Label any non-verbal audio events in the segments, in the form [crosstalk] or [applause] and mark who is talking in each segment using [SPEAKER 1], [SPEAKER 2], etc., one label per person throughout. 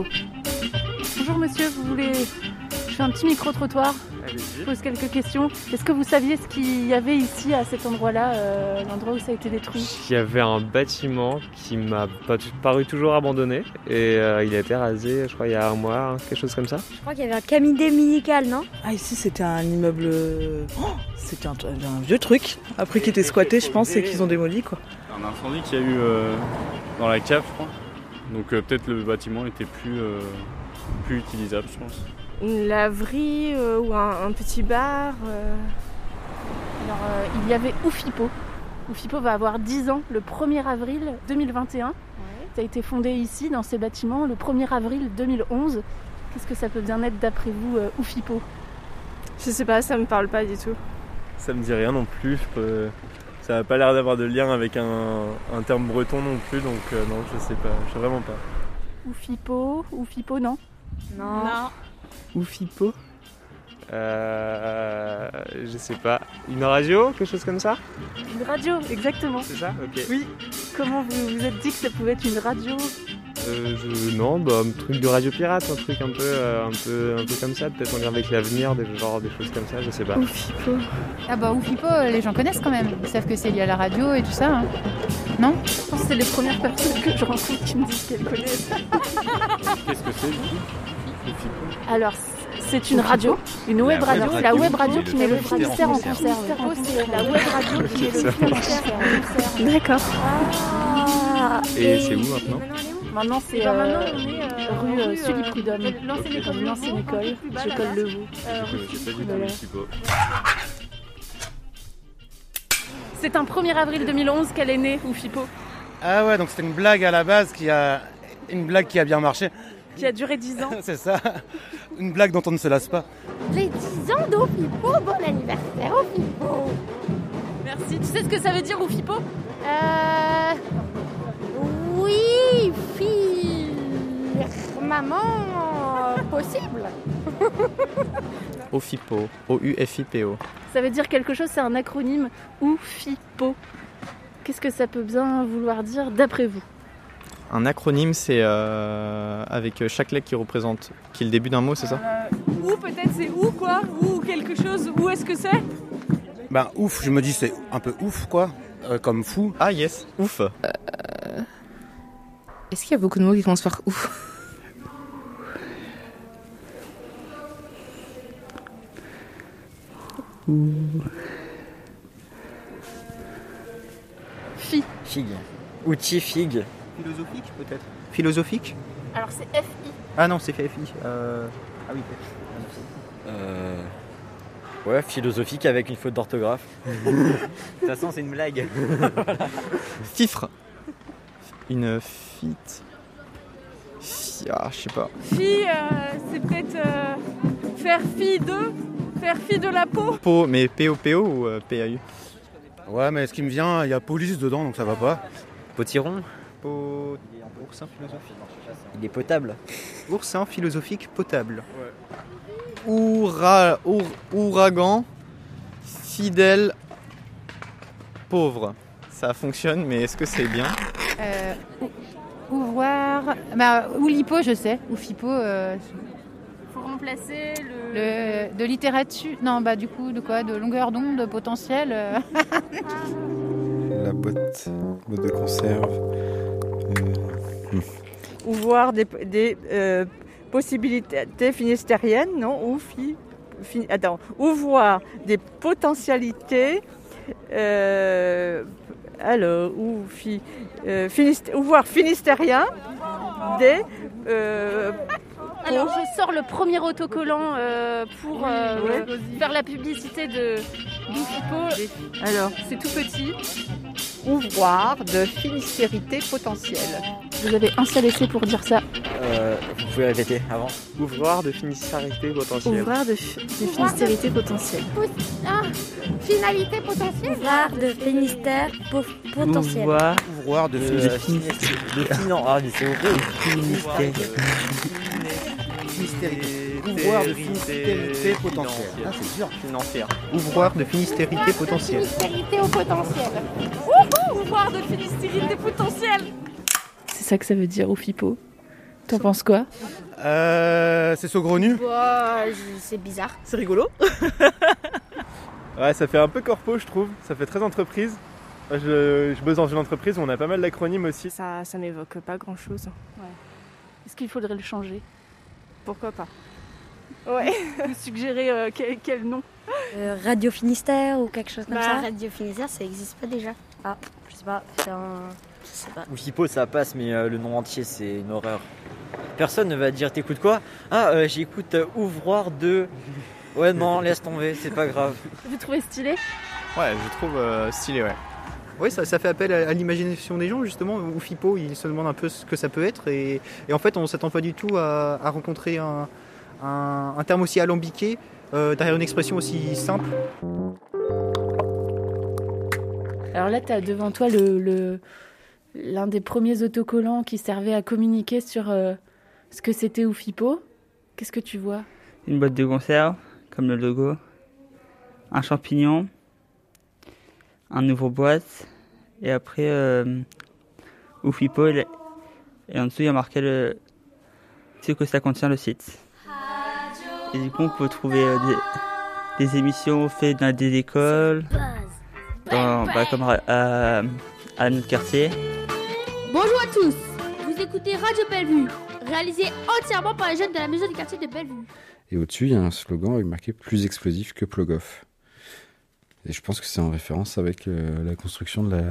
[SPEAKER 1] Bonjour monsieur, vous voulez. Je fais un petit micro-trottoir, je pose quelques questions. Est-ce que vous saviez ce qu'il y avait ici à cet endroit-là, euh, l'endroit où ça a été détruit
[SPEAKER 2] Il y avait un bâtiment qui m'a pas- paru toujours abandonné et euh, il a été rasé, je crois, il y a un mois, hein, quelque chose comme ça.
[SPEAKER 3] Je crois qu'il y avait un cabinet médical, non
[SPEAKER 4] Ah ici c'était un immeuble, oh, c'était un, un vieux truc. Après qui était squatté je pense et qu'ils ont démoli quoi.
[SPEAKER 5] Un incendie qu'il y a eu euh, dans la cave, je crois. Donc euh, peut-être le bâtiment était plus, euh, plus utilisable, je pense.
[SPEAKER 6] une laverie euh, ou un, un petit bar. euh.
[SPEAKER 1] Alors, euh, il y avait Oufipo. Oufipo va avoir 10 ans le 1er avril 2021. Ça a été fondé ici, dans ces bâtiments, le 1er avril 2011. Qu'est-ce que ça peut bien être d'après vous, euh, Oufipo
[SPEAKER 6] Je sais pas, ça me parle pas du tout.
[SPEAKER 7] Ça me dit rien non plus. je peux- Ça n'a pas l'air d'avoir de lien avec un, un terme breton non plus, donc euh, non, je sais pas, je sais vraiment pas.
[SPEAKER 1] Oufipo Oufipo, non
[SPEAKER 3] Non.
[SPEAKER 4] Ou Fipo.
[SPEAKER 2] Euh, je sais pas. Une radio, quelque chose comme ça
[SPEAKER 1] Une radio, exactement.
[SPEAKER 2] C'est ça Ok.
[SPEAKER 1] Oui. Comment vous vous êtes dit que ça pouvait être une radio
[SPEAKER 2] Euh, je- non, bah, un truc de radio pirate, un truc un peu, euh, un peu, un peu comme ça, peut-être en lien avec l'avenir, des, genre des choses comme ça, je sais pas.
[SPEAKER 8] Ah bah Oufipo, les gens connaissent quand même. Ils savent que c'est lié à la radio et tout ça. hein.
[SPEAKER 1] Je pense que c'est les premières personnes que je rencontre qui me disent qu'elles connaissent.
[SPEAKER 5] Qu'est-ce que c'est du coup Le FIPO
[SPEAKER 1] Alors, c'est une radio, une web radio, la web radio qui met le Finistère en concert.
[SPEAKER 8] Finistère en concert.
[SPEAKER 1] La web radio qui met le
[SPEAKER 2] Ça
[SPEAKER 1] Finistère en concert. D'accord.
[SPEAKER 3] Ah,
[SPEAKER 2] Et c'est où maintenant
[SPEAKER 3] elle est où
[SPEAKER 1] Maintenant, c'est
[SPEAKER 6] Genre,
[SPEAKER 1] euh,
[SPEAKER 6] on est, euh,
[SPEAKER 1] rue
[SPEAKER 6] en
[SPEAKER 1] euh, Sully
[SPEAKER 6] euh,
[SPEAKER 1] Prudhomme.
[SPEAKER 6] de L'ancienne école de
[SPEAKER 1] L'ancienne
[SPEAKER 6] Beauvau, un
[SPEAKER 1] école,
[SPEAKER 6] peu plus bas,
[SPEAKER 1] j'école
[SPEAKER 6] là-bas.
[SPEAKER 1] Le Vaux.
[SPEAKER 6] Euh,
[SPEAKER 5] Je connaissais pas du tout
[SPEAKER 1] Voilà.
[SPEAKER 5] le FIPO.
[SPEAKER 1] C'est un 1er avril 2011 qu'elle est née, Oufipo,
[SPEAKER 9] Ah ouais, donc c'était une blague à la base qui a une blague qui a bien marché. [laughs]
[SPEAKER 1] qui a duré 10 ans.
[SPEAKER 9] C'est ça. Une blague dont on ne se lasse pas.
[SPEAKER 3] Les 10 ans d'Opipo, bon anniversaire Opipo
[SPEAKER 1] [laughs] Merci. Tu sais ce que ça veut dire, Oufipo
[SPEAKER 3] Euh. Oui, fille. Maman, euh, possible
[SPEAKER 7] OFIPO, O-U-F-I-P-O.
[SPEAKER 1] Ça veut dire quelque chose, c'est un acronyme, Oufipo. Qu'est-ce que ça peut bien vouloir dire d'après vous
[SPEAKER 7] Un acronyme, c'est euh, avec chaque lettre qui représente, qui est le début d'un mot, c'est ça
[SPEAKER 6] Ou peut-être c'est où quoi Ou quelque chose Où est-ce que c'est
[SPEAKER 9] Ben ouf, je me dis c'est un peu ouf quoi, Euh, comme fou.
[SPEAKER 7] Ah yes, ouf
[SPEAKER 10] Est-ce qu'il y a beaucoup de mots qui commencent par ouf
[SPEAKER 1] Fi.
[SPEAKER 11] Figue. Outil figue.
[SPEAKER 9] Philosophique peut-être.
[SPEAKER 11] Philosophique
[SPEAKER 1] Alors c'est FI.
[SPEAKER 11] Ah non, c'est FFI. Ah oui. Euh, Ouais, philosophique avec une faute d'orthographe. De toute façon, c'est une blague.
[SPEAKER 7] Fifre Une fite... Fi- Ah, je sais pas.
[SPEAKER 6] Fille, euh, c'est peut-être euh, faire fi de Faire fi de la peau
[SPEAKER 7] Po, mais P-O-P-O ou euh, P-A-U
[SPEAKER 9] Ouais, mais ce qui me vient, il y a police dedans donc ça va pas.
[SPEAKER 11] Potiron Po...
[SPEAKER 7] hein,
[SPEAKER 11] Oursin philosophique. Il est potable. Oursin philosophique potable.
[SPEAKER 7] Oura- our- ouragan, fidèle, pauvre. Ça fonctionne, mais est-ce que c'est bien
[SPEAKER 8] Euh, ou- ouvroir, bah, Oulipo je sais, Oufipo, euh,
[SPEAKER 1] Faut remplacer le...
[SPEAKER 8] le, de littérature, non bah du coup de quoi, de longueur d'onde potentielle. euh.
[SPEAKER 12] La boîte, boîte de conserve.
[SPEAKER 6] Ou voir des, des, euh, possibilités finistériennes, non Ou fi, fi- attends, ou voir des potentialités. euh, alors, ou fi, euh, finist- ou voir finistérien des. euh,
[SPEAKER 1] Alors je sors le premier autocollant euh, pour euh,
[SPEAKER 6] ouais.
[SPEAKER 1] euh, faire la publicité de d'Oufipo.
[SPEAKER 6] alors,
[SPEAKER 1] C'est tout petit.
[SPEAKER 10] Ouvroir de finistérité potentielle.
[SPEAKER 1] Vous avez un seul essai pour dire ça.
[SPEAKER 11] vous pouvez répéter avant.
[SPEAKER 2] Ouvroir de finissarité potentielle.
[SPEAKER 1] Ouvroir de, finistérité potentielle.
[SPEAKER 3] Ah, finalité potentielle Var de Finistère po- potentiel.
[SPEAKER 9] Ouvroir de
[SPEAKER 11] De,
[SPEAKER 9] philosophique.
[SPEAKER 11] finan. Ah, mais c'est horrible.
[SPEAKER 9] Ouvroir de finistérité potentielle. Ah, c'est dur.
[SPEAKER 7] Financière.
[SPEAKER 11] Ouvroir de finistérité potentielle.
[SPEAKER 3] Finistérité au potentiel.
[SPEAKER 6] ou voir de finistérité potentielle
[SPEAKER 1] C'est ça que ça veut dire, Oufipo. T'en penses quoi
[SPEAKER 13] Euh, c'est saugrenu
[SPEAKER 14] c'est bizarre.
[SPEAKER 15] C'est rigolo.
[SPEAKER 16] Ouais, ça fait un peu corpo, je trouve. Ça fait très entreprise. Moi, Je, je bosse dans une entreprise où on a pas mal d'acronymes aussi.
[SPEAKER 17] Ça, ça m'évoque pas grand
[SPEAKER 6] hein.
[SPEAKER 17] chose.
[SPEAKER 1] Est-ce qu'il faudrait le changer
[SPEAKER 17] Pourquoi pas
[SPEAKER 6] [laughs]
[SPEAKER 17] Ouais.
[SPEAKER 1] Vous suggérez euh, quel, quel nom
[SPEAKER 14] Euh, Radio Finistère ou quelque chose comme
[SPEAKER 17] Bah,
[SPEAKER 14] ça Radio Finistère, ça existe pas déjà. Ah, je sais pas, c'est un. Je sais pas.
[SPEAKER 18] Oufipo, ça passe, mais euh, le nom entier, c'est une horreur. Personne ne va dire T'écoutes quoi Ah, euh, j'écoute euh, Ouvroir 2. Ouais, non, laisse tomber, c'est pas grave.
[SPEAKER 1] Vous trouvez stylé
[SPEAKER 19] Ouais, je trouve euh, stylé, ouais. Oui, ça, ça fait appel à, à l'imagination des gens, justement. Ou Fipo, ils se demandent un peu ce que ça peut être. Et, et en fait, on s'attend pas du tout à, à rencontrer un, un- un terme aussi alambiqué euh, derrière une expression aussi simple.
[SPEAKER 1] Alors là, tu as devant toi le, le- l'un des premiers autocollants qui servait à communiquer sur euh, ce que c'était Oufipo. Qu'est-ce que tu vois
[SPEAKER 20] Une boîte de conserve, comme le logo. Un champignon. Un nouveau boîte. Et après, euh, Oufipo. il est- Et en dessous, il y a marqué le... ce que ça contient le site. Et du coup, on peut trouver euh, des... des émissions faites dans des écoles. dans- bah, comme à, à- à notre quartier.
[SPEAKER 21] Bonjour à tous Vous écoutez Radio Bellevue, réalisé entièrement par les jeunes de la maison du quartier de Bellevue.
[SPEAKER 9] Et au-dessus, il y a un slogan avec marqué plus explosif que Plogoff. Et je pense que c'est en référence avec euh, la construction de la.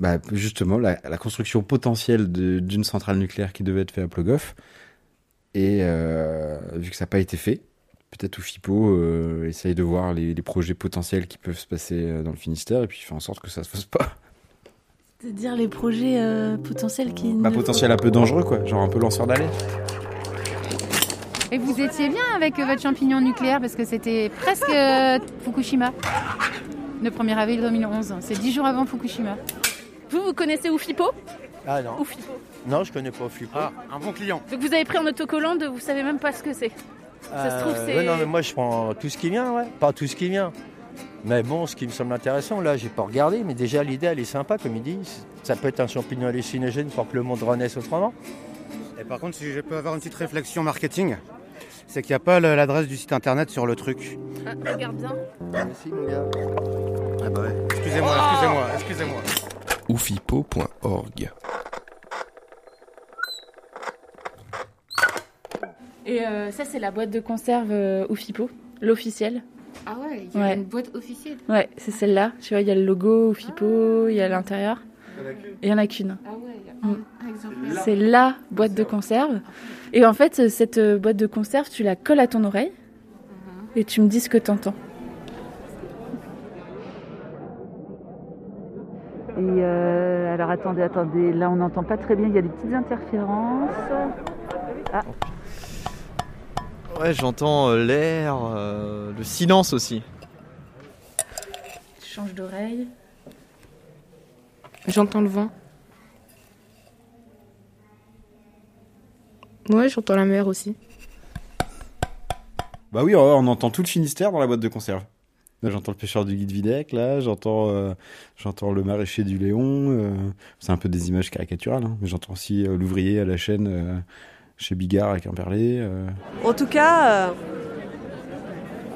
[SPEAKER 9] Bah, justement, la, la construction potentielle de- d'une centrale nucléaire qui devait être faite à Plogoff. Et euh, vu que ça n'a pas été fait, peut-être Oufipo euh, essaye de voir les, les projets potentiels qui peuvent se passer euh, dans le Finistère et puis fait en sorte que ça se fasse pas.
[SPEAKER 1] C'est-à-dire les projets potentiels qui.
[SPEAKER 9] Bah, potentiel un peu dangereux, quoi. Genre un peu lanceur d'alerte.
[SPEAKER 22] Et vous étiez bien avec euh, votre champignon nucléaire parce que c'était presque euh, Fukushima. Le 1er avril 2011, c'est 10 jours avant Fukushima.
[SPEAKER 1] Vous, vous connaissez Oufipo
[SPEAKER 23] Ah non. Non, je connais pas Flipo. Ah,
[SPEAKER 13] Un bon client.
[SPEAKER 1] Donc vous avez pris en autocollant, de, vous savez même pas ce que c'est. ça se trouve, c'est.
[SPEAKER 23] Euh, non, mais moi je prends tout ce qui vient, ouais. Pas tout ce qui vient. Mais bon, ce qui me semble intéressant, là, j'ai pas regardé, mais déjà l'idée, elle est sympa, comme il dit. Ça peut être un champignon hallucinogène pour que le monde renaisse autrement.
[SPEAKER 13] Et par contre, si je peux avoir une petite réflexion marketing, c'est qu'il n'y a pas le- l'adresse du site internet sur le truc.
[SPEAKER 1] Ah, regarde bien.
[SPEAKER 13] Ah bah ouais. Excusez-moi, excusez-moi, excusez-moi.
[SPEAKER 9] oufipo.org.
[SPEAKER 1] Et euh, ça, c'est la boîte de conserve euh, Oufipo, l'officielle.
[SPEAKER 17] Ah ouais, il y a
[SPEAKER 1] Ouais.
[SPEAKER 17] une boîte officielle.
[SPEAKER 1] Ouais, c'est celle-là. Tu vois, il y a le logo Oufipo, il y a l'intérieur. Il y en a qu'une.
[SPEAKER 17] Ah ouais, il y a
[SPEAKER 1] Mm.
[SPEAKER 17] un, un exemplaire.
[SPEAKER 1] C'est la boîte de conserve. Et en fait, cette euh, boîte de conserve, tu la colles à ton oreille
[SPEAKER 17] Uh-huh.
[SPEAKER 1] et tu me dis ce que t'entends.
[SPEAKER 24] Et euh, alors attendez, attendez, là on n'entend pas très bien, il y a des petites interférences. Ah,
[SPEAKER 19] Ouais, j'entends euh, l'air, euh, le silence aussi.
[SPEAKER 1] Tu changes d'oreille.
[SPEAKER 8] J'entends le vent.
[SPEAKER 9] Ouais, j'entends la mer aussi. Bah oui, on- on entend tout le Finistère dans la boîte de conserve. Là, j'entends le pêcheur du guide Videc, là, j'entends euh, j'entends le maraîcher du Léon. euh, c'est un peu des images caricaturales, hein, mais j'entends aussi euh, l'ouvrier à la chaîne euh, chez Bigard avec un perlé. euh.
[SPEAKER 4] En tout cas, euh,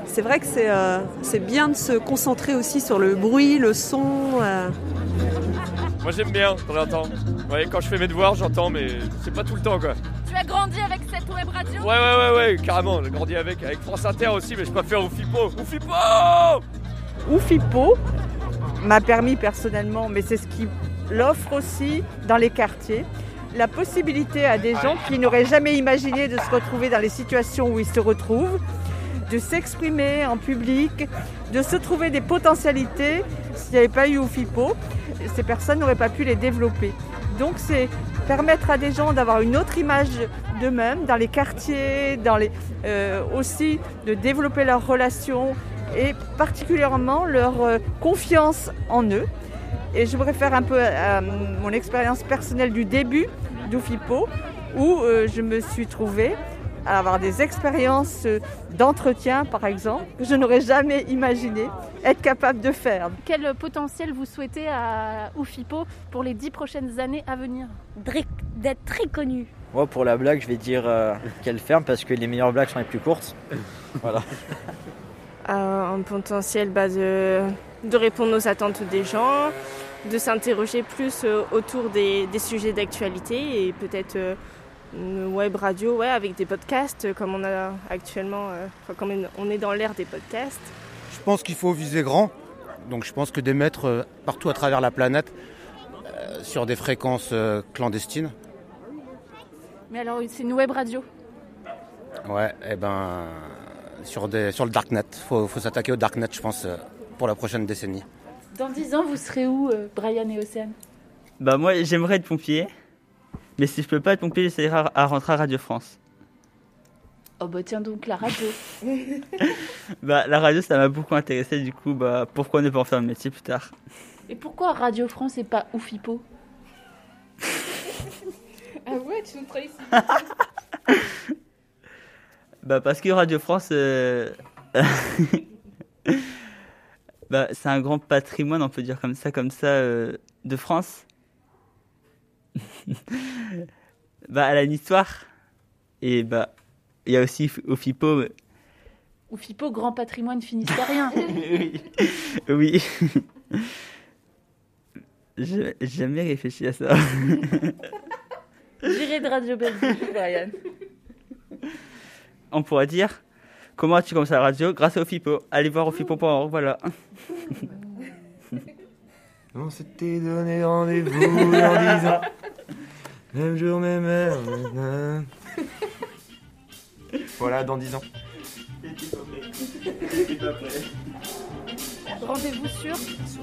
[SPEAKER 4] c'est vrai que c'est euh, c'est bien de se concentrer aussi sur le bruit, le son. euh.
[SPEAKER 5] Moi j'aime bien quand j'entends. Ouais, quand je fais mes devoirs, j'entends, mais c'est pas tout le temps quoi.
[SPEAKER 21] Tu as grandi avec cette web radio
[SPEAKER 5] Ouais, ouais, ouais, ouais, carrément, j'ai grandi avec, avec France Inter aussi, mais je préfère Oufipo. Oufipo
[SPEAKER 6] Oufipo m'a permis personnellement, mais c'est ce qui l'offre aussi dans les quartiers, la possibilité à des gens qui n'auraient jamais imaginé de se retrouver dans les situations où ils se retrouvent, de s'exprimer en public, de se trouver des potentialités. S'il n'y avait pas eu Oufipo, ces personnes n'auraient pas pu les développer. Donc c'est permettre à des gens d'avoir une autre image d'eux-mêmes dans les quartiers, dans les, euh, aussi de développer leurs relations et particulièrement leur euh, confiance en eux. Et je me réfère un peu à,
[SPEAKER 25] euh,
[SPEAKER 6] à mon expérience personnelle du début d'Oufipo où euh, je me suis trouvée
[SPEAKER 25] à avoir des expériences euh, d'entretien, par exemple, que je n'aurais jamais imaginé être capable de faire.
[SPEAKER 1] Quel potentiel vous souhaitez à Oufipo pour les dix prochaines années à venir
[SPEAKER 26] D'être très connu.
[SPEAKER 27] Moi, pour la blague, je vais dire euh, qu'elle ferme parce que les meilleures blagues sont les plus courtes. Voilà.
[SPEAKER 6] un potentiel bah, de, de répondre aux attentes des gens, de s'interroger plus euh, autour des, des sujets d'actualité et peut-être euh, une web radio ouais, avec des podcasts euh, comme on a actuellement, euh, enfin, comme on est dans l'ère des podcasts.
[SPEAKER 9] Je pense qu'il faut viser grand. Donc je pense que d'émettre euh, partout à travers la planète euh, sur des fréquences euh, clandestines.
[SPEAKER 1] Mais alors, c'est une web radio.
[SPEAKER 9] Ouais, et ben sur, des, sur le darknet. Faut, faut s'attaquer au darknet, je pense, euh, pour la prochaine décennie.
[SPEAKER 1] Dans dix ans, vous serez où, euh, Brian et Océane
[SPEAKER 20] Bah moi j'aimerais être pompier, mais si je peux pas être pompier, j'essaierai à- à rentrer à Radio France.
[SPEAKER 1] Oh bah tiens donc, la radio.
[SPEAKER 20] Bah la radio ça m'a beaucoup intéressé, du coup bah pourquoi ne pas en faire un métier plus tard
[SPEAKER 1] et pourquoi Radio France et pas Oufipo
[SPEAKER 28] Ah ouais, tu nous trahis
[SPEAKER 20] Bah parce que Radio France, euh, [laughs] bah c'est un grand patrimoine, on peut dire comme ça, comme ça, euh, de France. [laughs] bah elle a une histoire et bah il y a aussi au FIPO, euh,
[SPEAKER 1] Oufipo, grand patrimoine [laughs] finistérien.
[SPEAKER 20] [laughs] oui. Je- J'ai jamais réfléchi à ça.
[SPEAKER 1] [laughs] J'irai de Radio Belgique, Brian.
[SPEAKER 20] on pourrait dire comment as-tu commencé la radio grâce au FIPO. Allez
[SPEAKER 1] Mmh.
[SPEAKER 20] voir au FIPO.org, voilà.
[SPEAKER 29] On s'était donné rendez-vous dans 10 ans. Même jour, même heure. nanana. Voilà, dans 10 ans.
[SPEAKER 1] Rendez-vous sur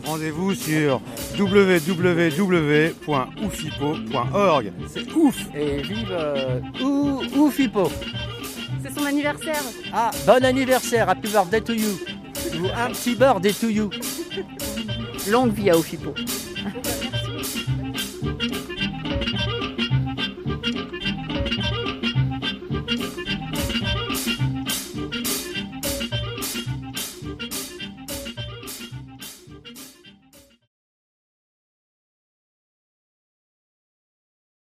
[SPEAKER 9] Rendez-vous sur www.oufipo.org. C'est ouf
[SPEAKER 8] Et vive euh, ou Oufipo
[SPEAKER 1] C'est son anniversaire.
[SPEAKER 8] Ah, bon anniversaire, happy birthday to you Ou un petit birthday to you
[SPEAKER 1] Longue vie à Oufipo.